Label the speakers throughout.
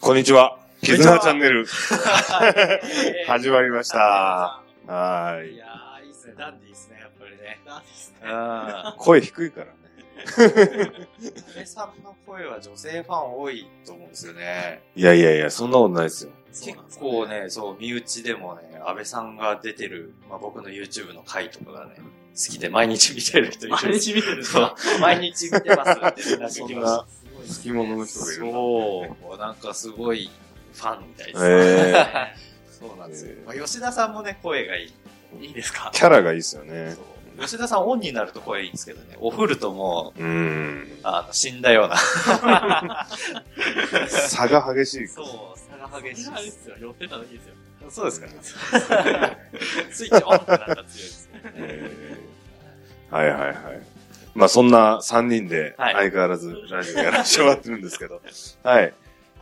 Speaker 1: こんにちは。
Speaker 2: こんに
Speaker 1: 絆
Speaker 2: ちは
Speaker 1: チャンネル。始まりました。はいい。
Speaker 2: やー、いいっすね。ダンディーっすね、やっぱりね。ダンディーっすね。
Speaker 1: あー声低いからね。
Speaker 2: 安部さんの声は女性ファン多いと思うんですよね。
Speaker 1: いやいやいや、そんなことないですよ。
Speaker 2: 結構ね、そう、身内でもね、安倍さんが出てる、まあ、僕の YouTube の回とかがね、好きで毎日見てる人いるん
Speaker 3: 毎
Speaker 2: です
Speaker 3: 日見てるんです
Speaker 2: そう
Speaker 3: か
Speaker 2: 毎日見てますって連絡
Speaker 1: そ
Speaker 2: 来
Speaker 1: ん
Speaker 2: ま
Speaker 1: な
Speaker 2: し
Speaker 1: 好き者の人
Speaker 2: た。
Speaker 1: がいる。
Speaker 2: そう、なんかすごいファンみたいですね。
Speaker 1: えー
Speaker 2: そうなんですよ
Speaker 1: え。ー
Speaker 2: まあ、吉田さんもね、声がいい。
Speaker 3: いいですか
Speaker 1: キャラがいいですよね。
Speaker 2: そう吉田さんオンになると声いいんですけどね、オフるともう、
Speaker 1: うん。
Speaker 2: あの、死んだような。
Speaker 1: 差が激しい。
Speaker 2: そう、差が激し
Speaker 3: あれで
Speaker 2: い。
Speaker 3: すよ、寄ってたらいいですよ。
Speaker 2: そうです か。
Speaker 3: スイッチオンってなったら強いですよ。
Speaker 1: えーはいはいはい。まあそんな3人で
Speaker 2: は
Speaker 1: 相
Speaker 2: い
Speaker 1: 変わらずラジオやらせてもらってるんですけど。はい。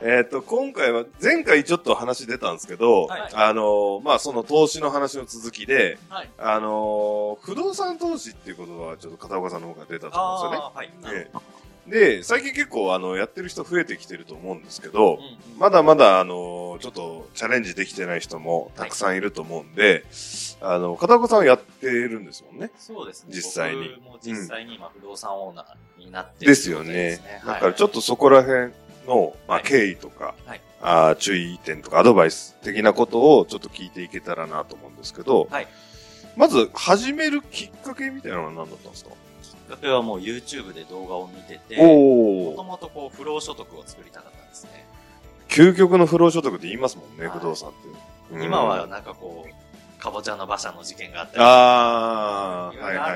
Speaker 1: えっ、と、今回は、前回ちょっと話出たんですけど、
Speaker 3: はい
Speaker 1: あのーまあその投資の話の続きで、
Speaker 3: はい。
Speaker 1: あのー不動産投資っていうことはちょっと片岡さんの方が出たと思うんですよね。
Speaker 2: あー、はい。
Speaker 1: ええで、最近結構あの、やってる人増えてきてると思うんですけど、
Speaker 2: うんうん
Speaker 1: まだまだ、あの、ちょっとチャレンジできてない人もたくさんいると思うんで、あの、片岡さんはやってるんですもんね。
Speaker 2: そうですね。
Speaker 1: 実際に
Speaker 2: 僕も実際に今、不動産オーナーになってる
Speaker 1: ですよね。だからちょっとそこら辺の、まあ、
Speaker 2: はい
Speaker 1: 経緯とか、
Speaker 2: はい
Speaker 1: あー注意点とかアドバイス的なことをちょっと聞いていけたらなと思うんですけど、
Speaker 2: はい
Speaker 1: まず始めるきっかけみたいなのは何だったんですか、
Speaker 2: と。僕はもう YouTube で動画を見てて、も
Speaker 1: お
Speaker 2: と
Speaker 1: お
Speaker 2: もとこう、不労所得を作りたかったんですね。
Speaker 1: 究極の不労所得って言いますもんね、
Speaker 2: はい
Speaker 1: 不動産って。うん
Speaker 2: 今は、なんかこう、かぼちゃの馬車の事件があったりと
Speaker 1: ああ、はいいはい
Speaker 2: かいろろある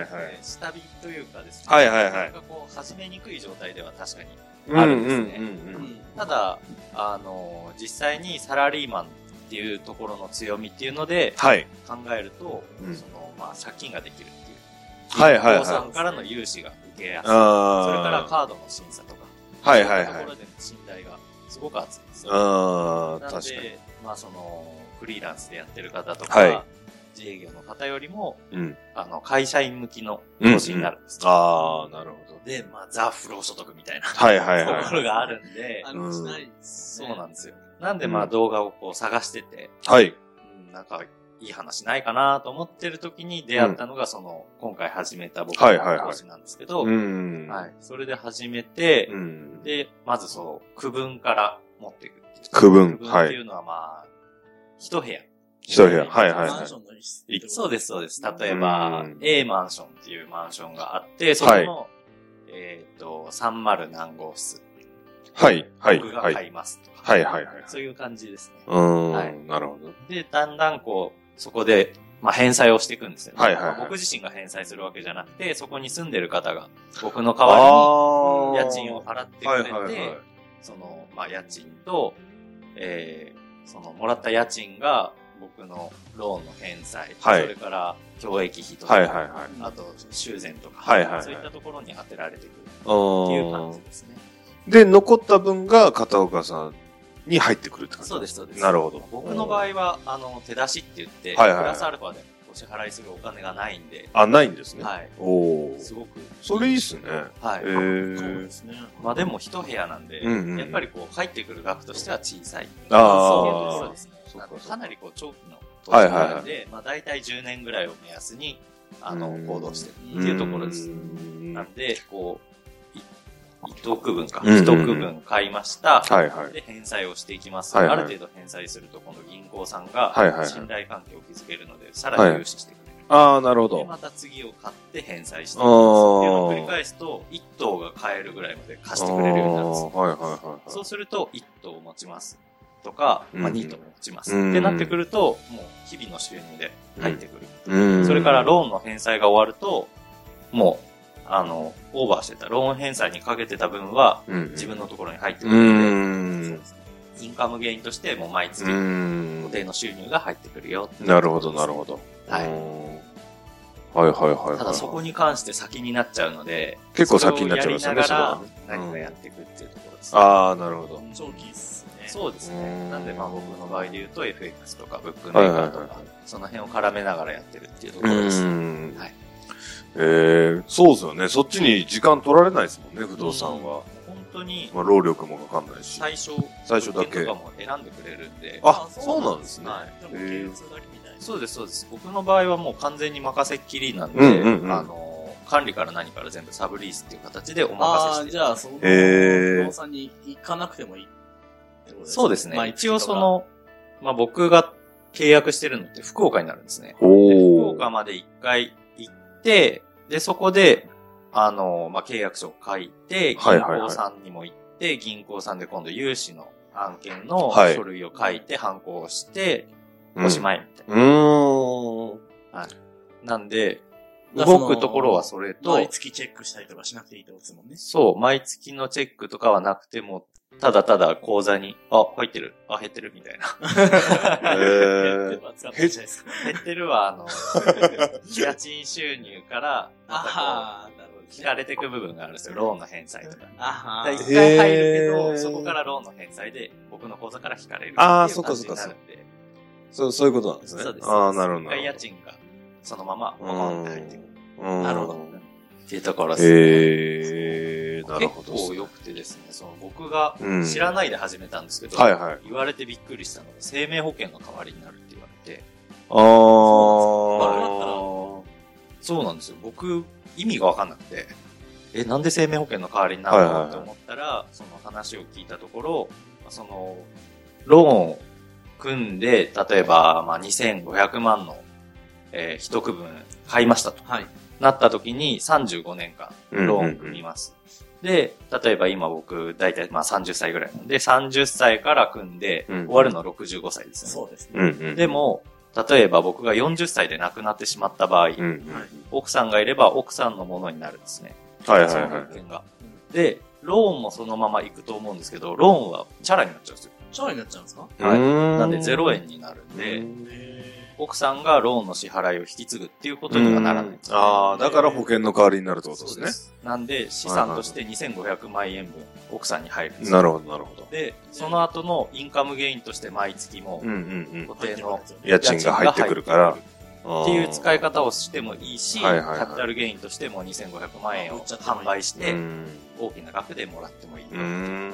Speaker 1: は
Speaker 2: ので
Speaker 1: い。
Speaker 2: 下火というかですね、
Speaker 1: はいはいはい
Speaker 2: なかなかこう始めにくい状態では確かにあるんですね
Speaker 1: うんうんうんうん
Speaker 2: ただあの実際にサラリーマンっていうところの強みっていうので
Speaker 1: はい。
Speaker 2: 考えると、
Speaker 1: うん
Speaker 2: そのまあ、借金ができるっていう
Speaker 1: はいはい
Speaker 2: 不動
Speaker 1: は
Speaker 2: 産からの融資が受けや
Speaker 1: い。
Speaker 2: すい
Speaker 1: あ
Speaker 2: それからカードの審査とか
Speaker 1: はいはい
Speaker 2: そう
Speaker 1: はい
Speaker 2: いうとこ。ろでの信頼がすごく厚いんですよ
Speaker 1: あ
Speaker 2: な
Speaker 1: あ、
Speaker 2: の
Speaker 1: 確かに。
Speaker 2: で、まあ、そのフリーランスでやってる方とか、
Speaker 1: はい
Speaker 2: 自営業の方よりも
Speaker 1: うん。
Speaker 2: あの会社員向きの投資になるんですね
Speaker 1: ああ、なるほど。
Speaker 2: で、まあ、ザ・不労所得みたいな
Speaker 1: はいはい
Speaker 2: とこ
Speaker 1: は
Speaker 2: ろがあるんで、
Speaker 3: あの、しないです
Speaker 2: そ
Speaker 3: よね。
Speaker 2: うなん
Speaker 3: で
Speaker 2: ですよ。なんで、まあ、動画をこう探してて、
Speaker 1: い。はい。
Speaker 2: うんなんか、いい話ないかなと思ってる時に出会ったのが、その、今回始めた僕
Speaker 1: はいはいは
Speaker 2: の
Speaker 1: い
Speaker 2: 講師なんですけど、
Speaker 1: うん。
Speaker 2: はい。それで始めて、
Speaker 1: うん。
Speaker 2: で、まずその、区分から持っていくっていう。
Speaker 1: 区分
Speaker 2: 区分
Speaker 1: はい
Speaker 2: っていうのは、まあ、一部屋。
Speaker 1: 一部屋。はいはい
Speaker 3: マ
Speaker 1: は
Speaker 3: ン
Speaker 1: い
Speaker 3: シ。ョンの一室
Speaker 2: そうです、そうです。例え
Speaker 1: う
Speaker 2: ば
Speaker 1: ん、
Speaker 2: A マンションっていうマンションがあって、そこの、えっ、と、30何号室。
Speaker 1: はいはい
Speaker 2: 僕
Speaker 1: は
Speaker 2: が
Speaker 1: い。
Speaker 2: 買いますとか。
Speaker 1: はいはいはい。
Speaker 2: そういう感じです
Speaker 1: う
Speaker 2: ね。
Speaker 1: ー
Speaker 2: はい
Speaker 1: ん。なるほど。
Speaker 2: で、だんだんこう、そこで、まあ、返済をしていくんですよね。
Speaker 1: はいはいはい
Speaker 2: 僕自身が返済するわけじゃなくて、そこに住んでる方が、僕の代わ
Speaker 1: あ
Speaker 2: り
Speaker 1: あ。
Speaker 2: に家賃を払ってく
Speaker 1: はい
Speaker 2: れ
Speaker 1: は
Speaker 2: て、
Speaker 1: いはい。
Speaker 2: その、まあ、家賃と、えーその、もらった家賃が、僕のローンの返済、
Speaker 1: はい
Speaker 2: それから、教育費とか、
Speaker 1: はいはいはい。
Speaker 2: あと、修繕とか、
Speaker 1: はいはいはい
Speaker 2: そういったところに当てられてくるっ
Speaker 1: う
Speaker 2: ていう感
Speaker 1: ー
Speaker 2: じ
Speaker 1: ん
Speaker 2: ですね。
Speaker 1: で、残った分が片岡さんに入ってくるって感じ
Speaker 2: そうです、そうです。
Speaker 1: なるほど。
Speaker 2: 僕の場合は、あの、手出しって言って、
Speaker 1: はいはいはい
Speaker 2: プラスアルファでお支払いするお金がないんで、
Speaker 1: あ、ないんですね。
Speaker 2: はい。
Speaker 1: おお。
Speaker 2: すごく。
Speaker 1: それいいっすね。
Speaker 2: はい。
Speaker 1: え
Speaker 3: そう
Speaker 1: ー
Speaker 3: で。すね。
Speaker 2: まあでも一部屋なんで、
Speaker 1: うんうんうん
Speaker 2: やっぱりこう入ってくる額としては小さい。
Speaker 1: あー
Speaker 2: そういうところですね
Speaker 1: そうかそうか
Speaker 2: かなりこう長期の投資なので、まあ大体10年ぐらいを目安に、あの、
Speaker 1: うん
Speaker 2: 行動してるっていうところです
Speaker 1: う。ーん
Speaker 2: な
Speaker 1: はい
Speaker 2: んで、こう、い一等区分か。
Speaker 1: うんうんうん
Speaker 2: 一等区分買いました。
Speaker 1: はい。
Speaker 2: で、返済をしていきます。
Speaker 1: はいはい
Speaker 2: ある程度返済すると、今度銀行さんが
Speaker 1: はいはいはい
Speaker 2: 信頼関係を築けるので、さらに融資してくれる。
Speaker 1: ああ、なるほ
Speaker 2: で
Speaker 1: ど。
Speaker 2: また次を買って返済していくんですよっていうのを
Speaker 1: あー
Speaker 2: 繰り返すと、1等が買えるぐらいまで貸
Speaker 1: 貸
Speaker 2: してくれるようになるんですよ。
Speaker 1: はいはいはい
Speaker 2: そ
Speaker 1: は
Speaker 2: うすると、1等を持ちます。とか、まあ、
Speaker 1: うん
Speaker 2: 2等を持ちます。
Speaker 1: うん
Speaker 2: ってなってくると、もう日々の収入で入ってくる。
Speaker 1: い。うーん
Speaker 2: それから、ローンの返済が終わると、もう、あの、オーバーしてた、ローン返済にかけてた分は、
Speaker 1: うん
Speaker 2: 自分のところに入ってく
Speaker 1: う
Speaker 2: るの
Speaker 1: ーん。
Speaker 2: で、インカムゲインとして、もう毎
Speaker 1: う
Speaker 2: 月
Speaker 1: ー
Speaker 2: 固
Speaker 1: ん。
Speaker 2: 定の収入が入ってくるよっていう
Speaker 1: なるほど、なるほど。
Speaker 2: はいう
Speaker 1: ーんはいはいはいはい。
Speaker 2: ただそこに関して先になっちゃうので、
Speaker 1: 結構先になっちゃいます
Speaker 2: そ
Speaker 1: よ
Speaker 2: れを
Speaker 1: ね、そこ
Speaker 2: やりな
Speaker 1: は
Speaker 2: が
Speaker 1: ね
Speaker 2: ら何
Speaker 1: う
Speaker 2: を
Speaker 1: ん
Speaker 2: やっていくっていうところですね。
Speaker 1: ああ、なるほど。
Speaker 3: 長期っすね。
Speaker 2: そうです
Speaker 1: う
Speaker 2: ね。
Speaker 1: ん
Speaker 2: なんでまあ僕の場合で言うと FX とかブックメーカーと
Speaker 1: はいはい
Speaker 2: か、その辺を絡めながらやってるっていうと
Speaker 1: う
Speaker 2: ころです。
Speaker 1: ーん
Speaker 2: はい。
Speaker 1: えー、そうですよね。そっちに時間取られないですもんね、不動産は。
Speaker 2: 本当
Speaker 3: 当に
Speaker 1: まあ、労力もかかんないし。
Speaker 3: 最初、
Speaker 1: 最初だけ
Speaker 2: 物件とかも選んでくれるんで。
Speaker 1: あそうなんですね
Speaker 2: はい。
Speaker 3: でも、
Speaker 1: へえ
Speaker 3: 経営通だけみたいな。
Speaker 2: そうです、そうです。僕の場合はもう完全に任せっきりなんで、
Speaker 1: うんうんうん
Speaker 2: あの、管理から何から全部サブリースっていう形でお任
Speaker 4: あ
Speaker 2: せ
Speaker 4: あ、
Speaker 2: して
Speaker 4: じ。ゃあ、その、
Speaker 1: へー
Speaker 4: 不動産に行かなくてもいいってこと
Speaker 2: そうですね。
Speaker 4: 毎月
Speaker 2: 一
Speaker 4: とか
Speaker 2: 応そ、の、まあ、僕が契約してるのって福岡になるんですね。で福
Speaker 1: おー。
Speaker 2: 岡まで一回行って、で、そこで、あの、まあ、契約書を書いて、銀
Speaker 1: はいはいはい
Speaker 2: 行さんにも行って、銀行さんで今度融資の案件の
Speaker 1: はい
Speaker 2: 書類を書いて、判行をして、
Speaker 1: うん
Speaker 2: おしまいみたいな。
Speaker 1: うーん。
Speaker 2: なんで、
Speaker 4: だから
Speaker 2: 動
Speaker 4: その
Speaker 2: くところはそれと
Speaker 4: 毎、月チェックしたりとかしなくていいってことですもんね。
Speaker 2: そう、毎月のチェックとかはなくても、ただただ口座に、あ、入ってる、あ、減ってるみたいな。
Speaker 1: え ー、
Speaker 4: 使ってるじゃないですか。
Speaker 2: 減ってるは、 あの、家賃収入から、なんか
Speaker 4: ああ、なる
Speaker 2: こ
Speaker 4: ほどね。
Speaker 2: う、引かれていく部分があるんですよ、ローンの返済とか。だか
Speaker 4: あ
Speaker 2: ら
Speaker 4: あ。
Speaker 2: 一回入るけ
Speaker 1: へー
Speaker 2: ど、そこからローンの返済で、僕の口座から引かれる。
Speaker 1: あー
Speaker 2: っていう感じ
Speaker 1: そっかそっか
Speaker 2: になるんで。
Speaker 1: そう、 そういうことなんですね。
Speaker 2: そうです。
Speaker 1: ああ、なるほど。
Speaker 2: 一回家賃が、そのまま、ボコンって入ってくる
Speaker 1: うん。
Speaker 4: なるほど
Speaker 2: っていうところですね。
Speaker 1: えー、なるほど。
Speaker 2: 結構良くてですね、その僕が
Speaker 1: うん
Speaker 2: 知らないで始めたんですけど、
Speaker 1: はいはい。
Speaker 2: 言われてびっくりしたのが、生命保険の代わりになるって言われて、
Speaker 1: あー。
Speaker 2: そそうなんですよ。僕、意味がわかんなくて、え、なんで生命保険の代わりになる
Speaker 1: はいはいは
Speaker 2: の
Speaker 1: い
Speaker 2: って思ったら、その話を聞いたところ、その、ローンを組んで、例えば、まあ、2500万の、えー一区分買いましたと。
Speaker 4: はい。
Speaker 2: なった時に35年間
Speaker 1: うん
Speaker 2: ローン組みます。で、例えば今僕、だいたいまあ30歳ぐらいなんで、30歳から組んで、
Speaker 1: うん
Speaker 2: 終わるの65歳ですよ
Speaker 4: そうです
Speaker 1: うん
Speaker 4: ね。
Speaker 1: うん。
Speaker 2: ね。でも、例えば僕が40歳で亡くなってしまった場合、
Speaker 1: うんうん。
Speaker 2: 奥さんがいれば奥さんのものになるんですね。
Speaker 1: はいはい
Speaker 2: その
Speaker 1: は
Speaker 2: 物件が。で、ローンもそのまま行くと思うんですけど、ローンはチャラになっちゃうんですよ。
Speaker 4: チャラになっちゃうんですか
Speaker 1: い。
Speaker 2: はいう
Speaker 1: ー
Speaker 2: なんで0円になるんで、
Speaker 4: へ
Speaker 2: 奥さんがローンの支払いを引き継ぐっていうことにはならないんですね。
Speaker 1: ああ、だから保険の代わりになるってこと
Speaker 2: そう
Speaker 1: で
Speaker 2: ですす。なんで、資産として2500万円分、奥さんに入るんで
Speaker 1: ね。
Speaker 2: すよ
Speaker 1: なるほど、なるほど。
Speaker 2: で、その後のインカムゲインとして毎月も
Speaker 1: うんうん
Speaker 2: 固定
Speaker 4: 入ってるわ
Speaker 2: の
Speaker 4: けですよ
Speaker 1: うん。
Speaker 4: ね
Speaker 1: 家賃が入ってくるから。
Speaker 2: っ
Speaker 1: って
Speaker 2: いう使い方をしてもいいし、
Speaker 1: はいはいはい
Speaker 2: キャピタルゲインとしても2500万円を販売し
Speaker 1: う
Speaker 2: て、
Speaker 1: ん。
Speaker 2: 大きな額でもらってもいい。
Speaker 1: うーん。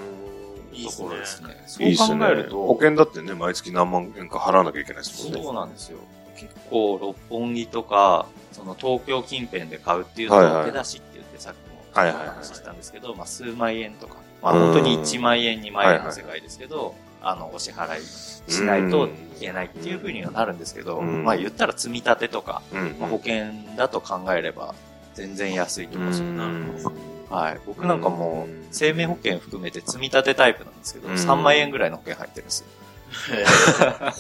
Speaker 4: いいっ
Speaker 2: と
Speaker 4: す
Speaker 2: ころ
Speaker 4: ね
Speaker 2: ですね。そ
Speaker 1: いいっす
Speaker 2: う
Speaker 1: ね。
Speaker 2: 考える
Speaker 1: 保
Speaker 2: と、
Speaker 1: 険だってね、毎月何万円か払わなきゃいけないですもんね。
Speaker 2: そうなんですよ。結構、六本木とか、その東京近辺で買うっていう
Speaker 1: はいは
Speaker 2: と、
Speaker 1: い
Speaker 2: 手出しって言ってさっきも
Speaker 1: はいはいはい
Speaker 2: 話したんですけど、まあ数万円とか、まあ本当に1万円、2万円の世界ですけど、あの、お支払いしないといけないっていうふうにはなるんですけど、
Speaker 1: うん
Speaker 2: まあ言ったら積み立てとか、
Speaker 1: うん。
Speaker 2: まあ保険だと考えれば全然安いと
Speaker 1: う
Speaker 2: 思いますよ。
Speaker 1: ん。
Speaker 2: はい。僕なんかも
Speaker 1: うん
Speaker 2: う、生命保険含めて積み立てタイプなんですけど、
Speaker 1: うん
Speaker 2: 3万円ぐらいの保険入ってるんですよ。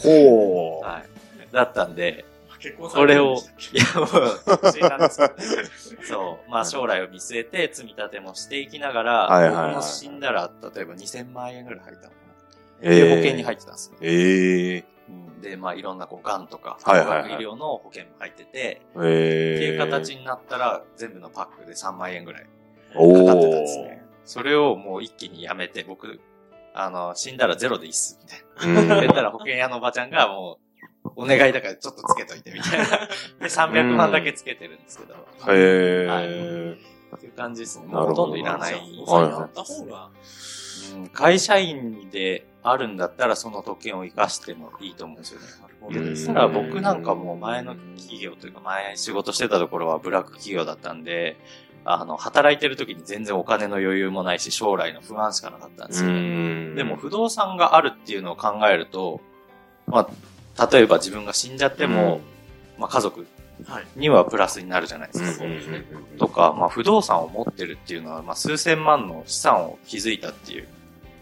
Speaker 1: ほう。
Speaker 2: はい。だったんで、
Speaker 4: 結婚さ
Speaker 2: こ
Speaker 4: れ
Speaker 2: れ
Speaker 4: てるん
Speaker 2: を
Speaker 4: でしたっ、
Speaker 2: いや、もう、年なんですけどねそう。まあ、将来を見据えて、積み立てもしていきながら、
Speaker 1: はいはいはい
Speaker 2: 僕も死んだら、例えば2000万円ぐらい入ったのかな。
Speaker 1: え
Speaker 2: っていう保険に入ってたんですよ。
Speaker 1: ええ。
Speaker 2: で、まあ、いろんな、こう、癌とか、
Speaker 1: はいはいはい
Speaker 2: 医療の保険も入ってて、
Speaker 1: ええ。
Speaker 2: っていう形になったら、全部のパックで3万円ぐらいか
Speaker 1: お
Speaker 2: かってたんです
Speaker 1: ー
Speaker 2: ね。それをもう一気にやめて、僕、あの、死んだらゼロでいいっす、みたいな。
Speaker 1: うん
Speaker 2: 言ったら保険屋のおばちゃんがもう、お願いだからちょっとつけといてみたいな。 で、300万だけつけてるんですけど。
Speaker 1: へえ。
Speaker 2: っていう感じですね。
Speaker 1: な
Speaker 2: もう
Speaker 1: るほ
Speaker 2: ほ
Speaker 1: ど
Speaker 2: とんどいらない。
Speaker 1: はいはい
Speaker 4: やった方が、
Speaker 2: うん会社員であるんだったらその特権を活かしてもいいと思うんですよね。
Speaker 1: うん
Speaker 2: そしたら僕なんかもう前の企業というか前仕事してたところはブラック企業だったんで、あの、働いてる時に全然お金の余裕もないし将来の不安しかなかったんですよね。でも不動産があるっていうのを考えると、まあ、例えば自分が死んじゃっても、まあ家族
Speaker 4: はい。
Speaker 2: にはプラスになるじゃないで
Speaker 1: うん、
Speaker 2: すか。
Speaker 1: うんうんうん
Speaker 2: とか、まあ不動産を持ってるっていうのは、まあ数千万の資産を築いたっていう、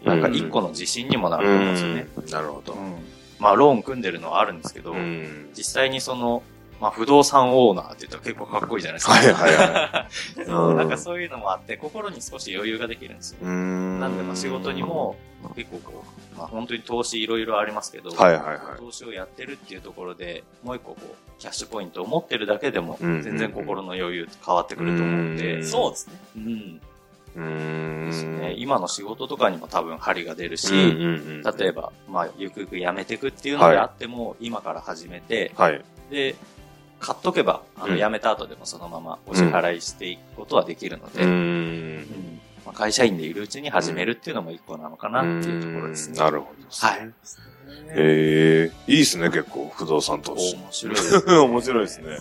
Speaker 2: なんか一個の自信にもなると思うんですよね。
Speaker 1: うんなるほど。
Speaker 2: うんまあローン組んでるのはあるんですけど、
Speaker 1: うん
Speaker 2: 実際にその、まあ不動産オーナーって言ったら結構かっこいいじゃないですか。
Speaker 1: はいはいは
Speaker 2: そうなんかそういうのもあって、心に少し余裕ができるんです よ。
Speaker 1: うん
Speaker 2: なんで、まあ仕事にも、結構こう、まあ本当に投資いろいろありますけど、
Speaker 1: はいはいはい。
Speaker 2: 投資をやってるっていうところで、もう一個こう、キャッシュポイントを持ってるだけでも、
Speaker 1: うんうんうん
Speaker 2: 全然心の余裕と変わってくると思うんで、
Speaker 1: うん
Speaker 4: そうですね。
Speaker 2: うん
Speaker 1: う
Speaker 2: ですね。
Speaker 1: ん。
Speaker 2: 今の仕事とかにも多分張りが出るし、
Speaker 1: うん
Speaker 2: 例えば、まあ、ゆくゆく辞めてくっていうのであっても、今から始めて、
Speaker 1: ば、はい。
Speaker 2: で、買っとけば、あ
Speaker 1: う
Speaker 2: の、
Speaker 1: ん
Speaker 2: 辞めた後でもそのままお支払いしていくことはできるので、
Speaker 1: うん。
Speaker 2: うんまあ会社員でいるうちに始めるっていうのも一個なのかなっていうところですね。
Speaker 1: なるほどですね。
Speaker 2: はい。
Speaker 1: ええいいですね、結構、不動産投資。
Speaker 2: 面白いです ね。
Speaker 1: 面白いですね。
Speaker 2: は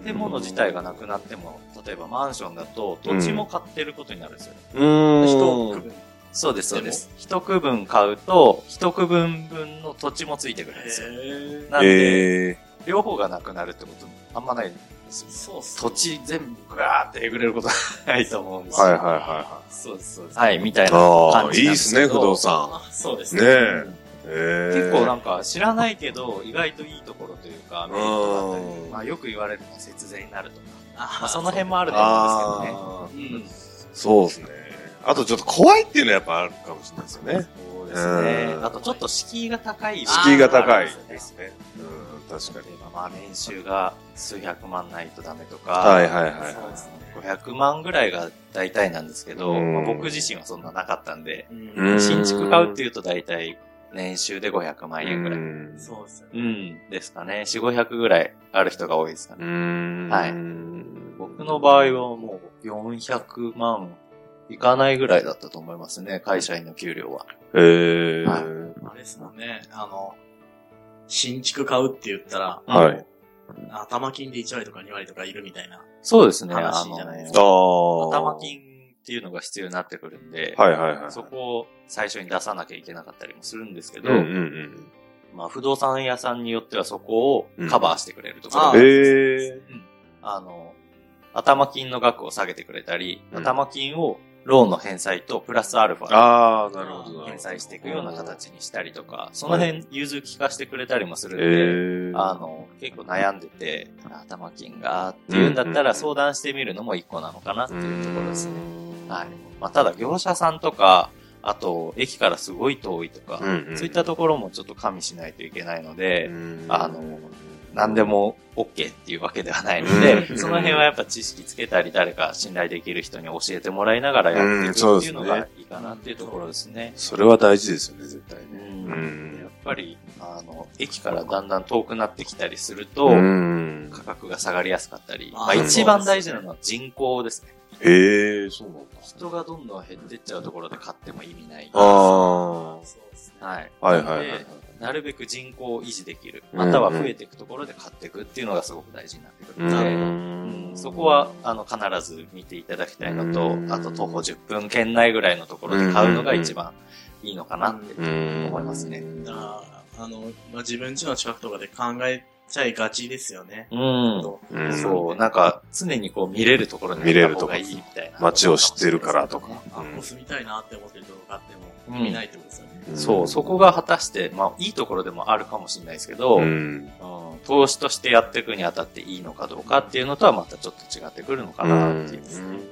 Speaker 2: い。建物自体がなくなっても、例えばマンションだと土地も買ってることになるんですよね。
Speaker 1: うーん
Speaker 4: 人を区分
Speaker 2: そうです、そうです。一区分買うと、一区分分の土地もついてくるんですよ。
Speaker 4: え
Speaker 2: なんで、
Speaker 1: ええ
Speaker 2: 両方がなくなるってことあんまないんですよ。
Speaker 4: そうっすね
Speaker 2: 土地全部ぐわーってえぐれることはないと思うんですよ。
Speaker 1: はいはいはいは
Speaker 4: そうですそうです
Speaker 2: はい、みたい
Speaker 1: い。
Speaker 2: な
Speaker 1: あ
Speaker 2: 感
Speaker 1: あ、
Speaker 2: じ
Speaker 1: いい
Speaker 2: なん
Speaker 1: で
Speaker 2: です
Speaker 1: す
Speaker 2: けど
Speaker 1: ね、不動産。
Speaker 4: あそうです
Speaker 1: ねえ。ええ
Speaker 2: 結構なんか知らないけど、意外といいところというか、メリットだった
Speaker 1: う
Speaker 2: り、
Speaker 1: ん
Speaker 2: まあよく言われるのは節税になるとか、まあ
Speaker 4: あ
Speaker 2: その辺もあると思うんですけど
Speaker 1: あ
Speaker 2: ね。
Speaker 1: あ、
Speaker 4: うん
Speaker 1: そうですね。あとちょっと怖いっていうのはやっぱあるかもしれないですよね。
Speaker 2: そうですね
Speaker 1: う。ん
Speaker 2: あとちょっと敷居が高い。
Speaker 1: 敷居が高い
Speaker 2: あー
Speaker 1: ですね。うん、確か
Speaker 2: 例
Speaker 1: に。
Speaker 2: えばまあ年収が数百万ないとダメとか、
Speaker 1: はいはいはい
Speaker 4: そうですね
Speaker 2: 500万ぐらいが大体なんですけど、
Speaker 1: うん
Speaker 2: まあ僕自身はそんななかったんで、
Speaker 1: う
Speaker 4: うん
Speaker 1: ん
Speaker 2: 新築買うっていうと大体年収で500万円ぐらい。うん、
Speaker 1: ん
Speaker 4: そうですよね
Speaker 2: ですかね。4、500ぐらいある人が多いですかね。
Speaker 1: ん
Speaker 2: はい僕の場合はもう400万いかないぐらいだったと思いますね、会社員の給料は。
Speaker 1: ええ
Speaker 2: は
Speaker 4: あれですもんねあの新築買うって言ったら
Speaker 1: はい
Speaker 4: もう頭金で1割とか2割とかいるみたいな
Speaker 2: そうですね、
Speaker 4: 話
Speaker 2: あ
Speaker 4: じゃないです
Speaker 1: あ
Speaker 2: の、
Speaker 1: あ。
Speaker 2: 頭。金っていうのが必要になってくるんで、
Speaker 1: はいはいはい。
Speaker 2: そこを最初に出さなきゃいけなかったりもするんですけど、
Speaker 1: うんうん
Speaker 2: まあ不動産屋さんによってはそこをカバーしてくれるところ
Speaker 4: あ
Speaker 1: う
Speaker 2: が
Speaker 1: ん。ええ
Speaker 2: あの、頭金の額を下げてくれたり、
Speaker 1: うん
Speaker 2: 頭金をローンの返済とプラスアルファ
Speaker 1: ああ、なるほどなるほど。
Speaker 2: 返済していくような形にしたりとか、その辺融通聞かしてくれたりもするん
Speaker 1: ええ
Speaker 2: で、あの、結構悩んでて、頭金がっていうんだった
Speaker 1: うんうん
Speaker 2: ら相談してみるのも一個なのかなっていうところですね。
Speaker 1: ね
Speaker 2: はい。まあ、ただ業者さんとか、あと、駅からすごい遠いとか、
Speaker 1: うんうん
Speaker 2: そういったところもちょっと加味しないといけないので、あ
Speaker 1: あ
Speaker 2: の、何でも OK っていうわけではないので、
Speaker 1: うん
Speaker 2: その辺はやっぱ知識つけたり、誰か信頼できる人に教えてもらいながらやっていく
Speaker 1: うん
Speaker 2: っていうの
Speaker 1: そうで
Speaker 2: が
Speaker 1: す
Speaker 2: いいかなっていうところですね。
Speaker 1: それは大事ですよね、絶対
Speaker 2: う
Speaker 1: ね。
Speaker 2: ん
Speaker 1: うん
Speaker 2: やっぱり、あの、駅からだんだん遠くなってきたりすると、
Speaker 1: うん
Speaker 2: 価格が下がりやすかったり、
Speaker 4: あー
Speaker 2: まあ一番大事なのは人口ですね。
Speaker 1: へえ、そうなんだ。
Speaker 2: 人がどんどん減ってっちゃうところで買っても意味ない。
Speaker 1: あ
Speaker 4: そうですね
Speaker 2: はい。
Speaker 1: あ、はいはいはい
Speaker 2: で。なるべく人口を維持できる。
Speaker 1: うんうん
Speaker 2: または増えていくところで買っていくっていうのがすごく大事になってくるので、
Speaker 1: うん
Speaker 2: うんそこは、あの、必ず見ていただきたいのと
Speaker 1: う、ん
Speaker 2: あと徒歩10分圏内ぐらいのところで買うのが一番いいのかなって。
Speaker 1: うん
Speaker 2: 思いますね
Speaker 4: だからあの、まあ、自分家の近くとかで考えちゃいがちですよね。
Speaker 2: うん。
Speaker 1: うん
Speaker 2: そう、なんか、常にこう見れるところに
Speaker 1: 見れるとこ
Speaker 2: 方がいいみたいな。
Speaker 1: 街を知ってるからとか。
Speaker 4: あ、こ
Speaker 1: うん
Speaker 4: こ住みたいなって思ってるとこがあっても、
Speaker 2: うん
Speaker 4: 意味ないってことですよね。
Speaker 2: そう、そこが果たして、まあ、いいところでもあるかもしれないですけど、
Speaker 1: う
Speaker 2: うん
Speaker 1: ん。
Speaker 2: 投資としてやっていくにあたっていいのかどうかっていうのとはまたちょっと違ってくるのかなっていう。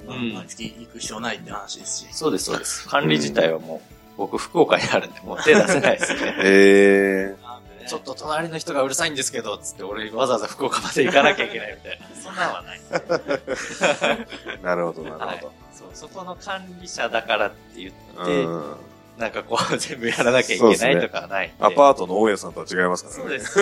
Speaker 4: まあ
Speaker 2: うん
Speaker 4: 毎月行く必要ないって話ですし。
Speaker 2: そうです、そうです。管理自体はもう、僕、福岡にあるんで、もう手出せないですね。
Speaker 1: ええ。
Speaker 4: なんで ね
Speaker 2: ちょっと隣の人がうるさいんですけど、つって俺わざわざ福岡まで行かなきゃいけないみたいな。そんなんはない。
Speaker 1: なるほど、なるほ
Speaker 2: そう、そこの管理者だからって言
Speaker 1: ど。
Speaker 2: って、
Speaker 1: うん。
Speaker 2: なんかこう全部やらなきゃいけないとかはないんで。
Speaker 1: アパートの大家さんとは違いますか
Speaker 2: そ
Speaker 1: ら
Speaker 2: う
Speaker 1: ね。
Speaker 2: です。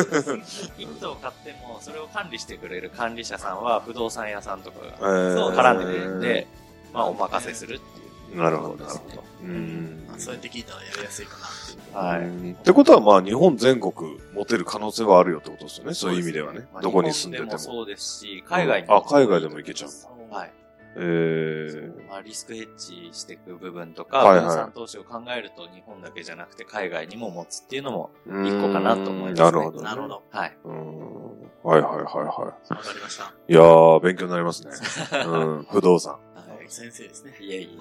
Speaker 2: 一棟買っても、それを管理してくれる管理者さんは不動産屋さんとかが
Speaker 1: そう
Speaker 2: 絡んでくれるんで、まあお任せするっていう。
Speaker 1: なるほど、なるほど。うん
Speaker 4: まあそうやって聞いたらやりやすいかなっていう。
Speaker 2: はい
Speaker 1: い。ってことは、まあ、日本全国持てる可能性はあるよってことですよね。そういう意味ではね
Speaker 2: まあ。
Speaker 1: どこに住んでて
Speaker 2: 日本
Speaker 1: も。
Speaker 2: そうですし、海外に
Speaker 1: あ、海外でも行けちゃう。
Speaker 2: はい。
Speaker 1: ええ。
Speaker 2: まあ、リスクヘッジしていく部分とか、
Speaker 1: はいはい
Speaker 2: 不動産投資を考えると日本だけじゃなくて海外にも持つっていうのも、一個かなと思いますね
Speaker 1: なるほど。
Speaker 4: なるほ。ど。
Speaker 2: はい。
Speaker 1: うん。はいはいはいは
Speaker 4: わかりました。
Speaker 1: い。いやー、勉強になります ね。うん。不動産。
Speaker 4: 先生ですね。
Speaker 2: いえいえい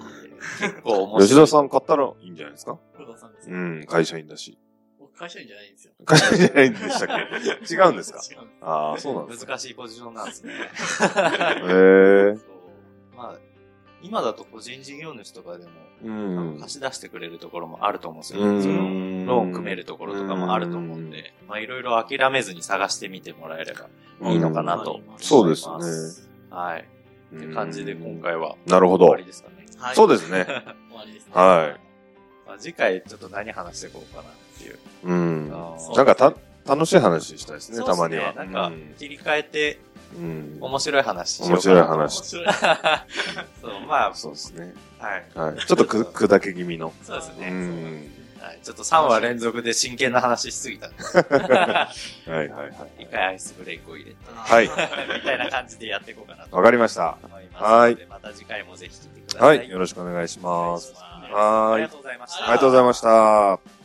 Speaker 2: え。結構面白い。
Speaker 1: 吉田さん買ったらいいんじゃないですか
Speaker 4: 工藤さんです
Speaker 1: う
Speaker 4: ね。
Speaker 1: ん、会社員だし。
Speaker 4: 僕会社員じゃないんですよ。
Speaker 1: 会社員じゃないんでしたっ け違うんですか
Speaker 4: 違うんです
Speaker 1: ああ、そうなんですね。
Speaker 2: 難しいポジションなんですね。
Speaker 1: えー。
Speaker 2: そうまあ、今だと個人事業主とかでも、
Speaker 1: う
Speaker 2: あ
Speaker 1: ん
Speaker 2: の。貸し出してくれるところもあると思うんですよ。
Speaker 1: う
Speaker 2: その
Speaker 1: ん
Speaker 2: ローン組めるところとかもあると思うんで、まあいろいろ諦めずに探してみてもらえればいいのかなと思います。
Speaker 1: そうです
Speaker 2: はい。
Speaker 1: ね。
Speaker 2: って感じで今回は
Speaker 1: なるほ
Speaker 2: 終
Speaker 1: ど
Speaker 2: わり。ですかね。
Speaker 4: はい。
Speaker 1: そう
Speaker 4: で
Speaker 1: ですね。
Speaker 4: す。終わりですね。
Speaker 1: は
Speaker 2: まあ、次回ちょっと何話していこうかなっていう。
Speaker 1: うん。
Speaker 2: あの
Speaker 1: なんかた、楽しい話したいですね、
Speaker 2: そうっす
Speaker 1: たまには。
Speaker 2: なんか
Speaker 1: うん
Speaker 2: 切り替えて
Speaker 1: うん。
Speaker 2: 面白い話しよ
Speaker 1: 面
Speaker 2: うかな
Speaker 1: 白い話。
Speaker 4: 白い。
Speaker 2: そう、まあ、
Speaker 1: そうですね。
Speaker 2: はい。
Speaker 1: はい。ちょっとく、砕け気味の。
Speaker 2: そうです
Speaker 1: う
Speaker 2: ね。
Speaker 1: ん。
Speaker 2: はい、ちょっと3話連続で真剣な話しすぎたんで。
Speaker 1: はいはいはい。
Speaker 2: 一回アイスブレイクを入れて、
Speaker 1: はい。
Speaker 2: みたいな感じでやっていこうかなと
Speaker 1: わかりました。
Speaker 2: 思いますので、また次回もぜひ聞いてくださ。
Speaker 1: はいい。よろしくお願いし
Speaker 2: お願
Speaker 1: ま
Speaker 2: い
Speaker 1: す
Speaker 2: し。ます。
Speaker 1: は
Speaker 2: あ
Speaker 1: ーい
Speaker 2: りがとうございまし
Speaker 1: あ
Speaker 2: た。
Speaker 1: りがとうございました。